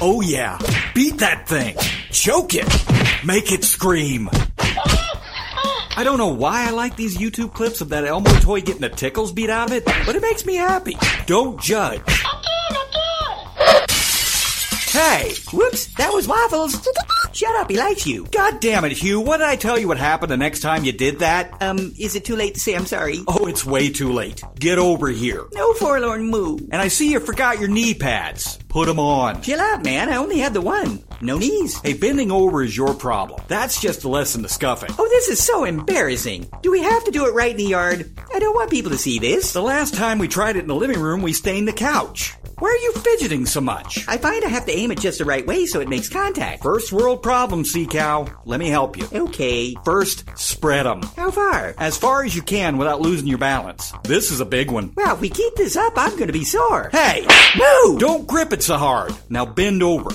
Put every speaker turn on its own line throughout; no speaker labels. Oh yeah. Beat that thing. Choke it. Make it scream. I don't know why I like these YouTube clips of that Elmo toy getting the tickles beat out of it, but it makes me happy. Don't judge. Hey! Whoops, that was Waffles. Shut up, he likes you. God damn it, Hugh. What did I tell you would happen the next time you did that?
Um, is it too late to say I'm sorry?
Oh, it's way too late. Get over here.
No forlorn moo.
And I see you forgot your knee pads. Put 'em on.
Chill out, man. I only had the one. No knees.
Hey, bending over is your problem. That's just a lesson to scuffing.
Oh, this is so embarrassing. Do we have to do it right in the yard? I don't want people to see this.
The last time we tried it in the living room, we stained the couch. Why are you fidgeting so much?
I find I have to aim it just the right way so it makes contact.
First world problem, Sea Cow. Let me help you.
Okay.
First, spread 'em
How far? Uh,
As far as you can without losing your balance. This is a big one.
Wow, if we keep this up, I'm gonna be sore.
Hey!
Move!
Don't grip it so hard. Now bend over.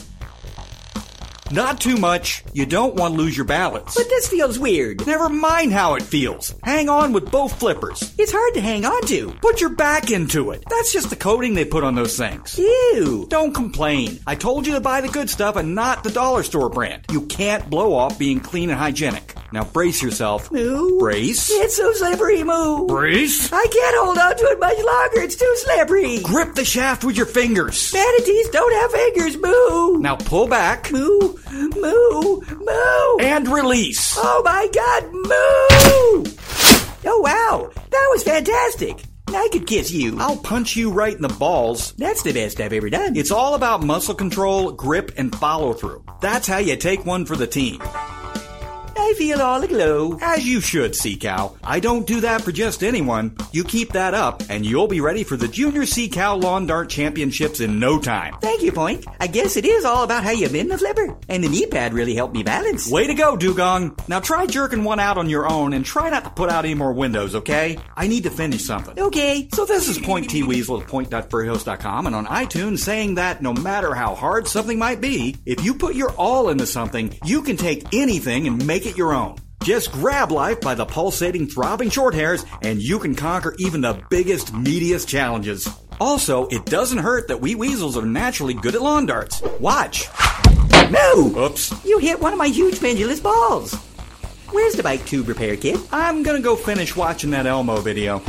Not too much. You don't want to lose your balance.
But this feels weird.
Never mind how it feels. Hang on with both flippers.
It's hard to hang on to.
Put your back into it. That's just the coating they put on those things.
Ew.
Don't complain. I told you to buy the good stuff and not the dollar store brand. You can't blow off being clean and hygienic. Now brace yourself.
Moo.
Brace.
It's so slippery, Moo.
Brace.
I can't hold on to it much longer. It's too slippery.
Grip the shaft with your fingers.
Manatees don't have fingers, Moo.
Now pull back
Moo, moo, moo.
and release.
Oh my god, moo! Oh wow, that was fantastic. I could kiss you.
I'll punch you right in the balls.
That's the best I've ever done.
It's all about muscle control, grip, and follow through. That's how you take one for the team.
I feel all aglow.
As you should, Sea Cow. I don't do that for just anyone. You keep that up, and you'll be ready for the Junior Sea Cow Lawn Dart Championships in no time.
Thank you, Point. I guess it is all about how you bend the flipper. And the knee pad really helped me balance.
Way to go, Dugong. Now try jerking one out on your own and try not to put out any more windows, okay? I need to finish something.
Okay,
So this is Point T Weasel at point.furryhost.com and on iTunes saying that no matter how hard something might be, if you put your all into something, you can take anything and make it your own. Just grab life by the pulsating, throbbing short hairs and you can conquer even the biggest, meatiest challenges. Also, it doesn't hurt that we weasels are naturally good at lawn darts. Watch.
moo!
Oops.
You hit one of my huge pendulous balls. Where's the bike tube repair kit?
I'm gonna go finish watching that Elmo video.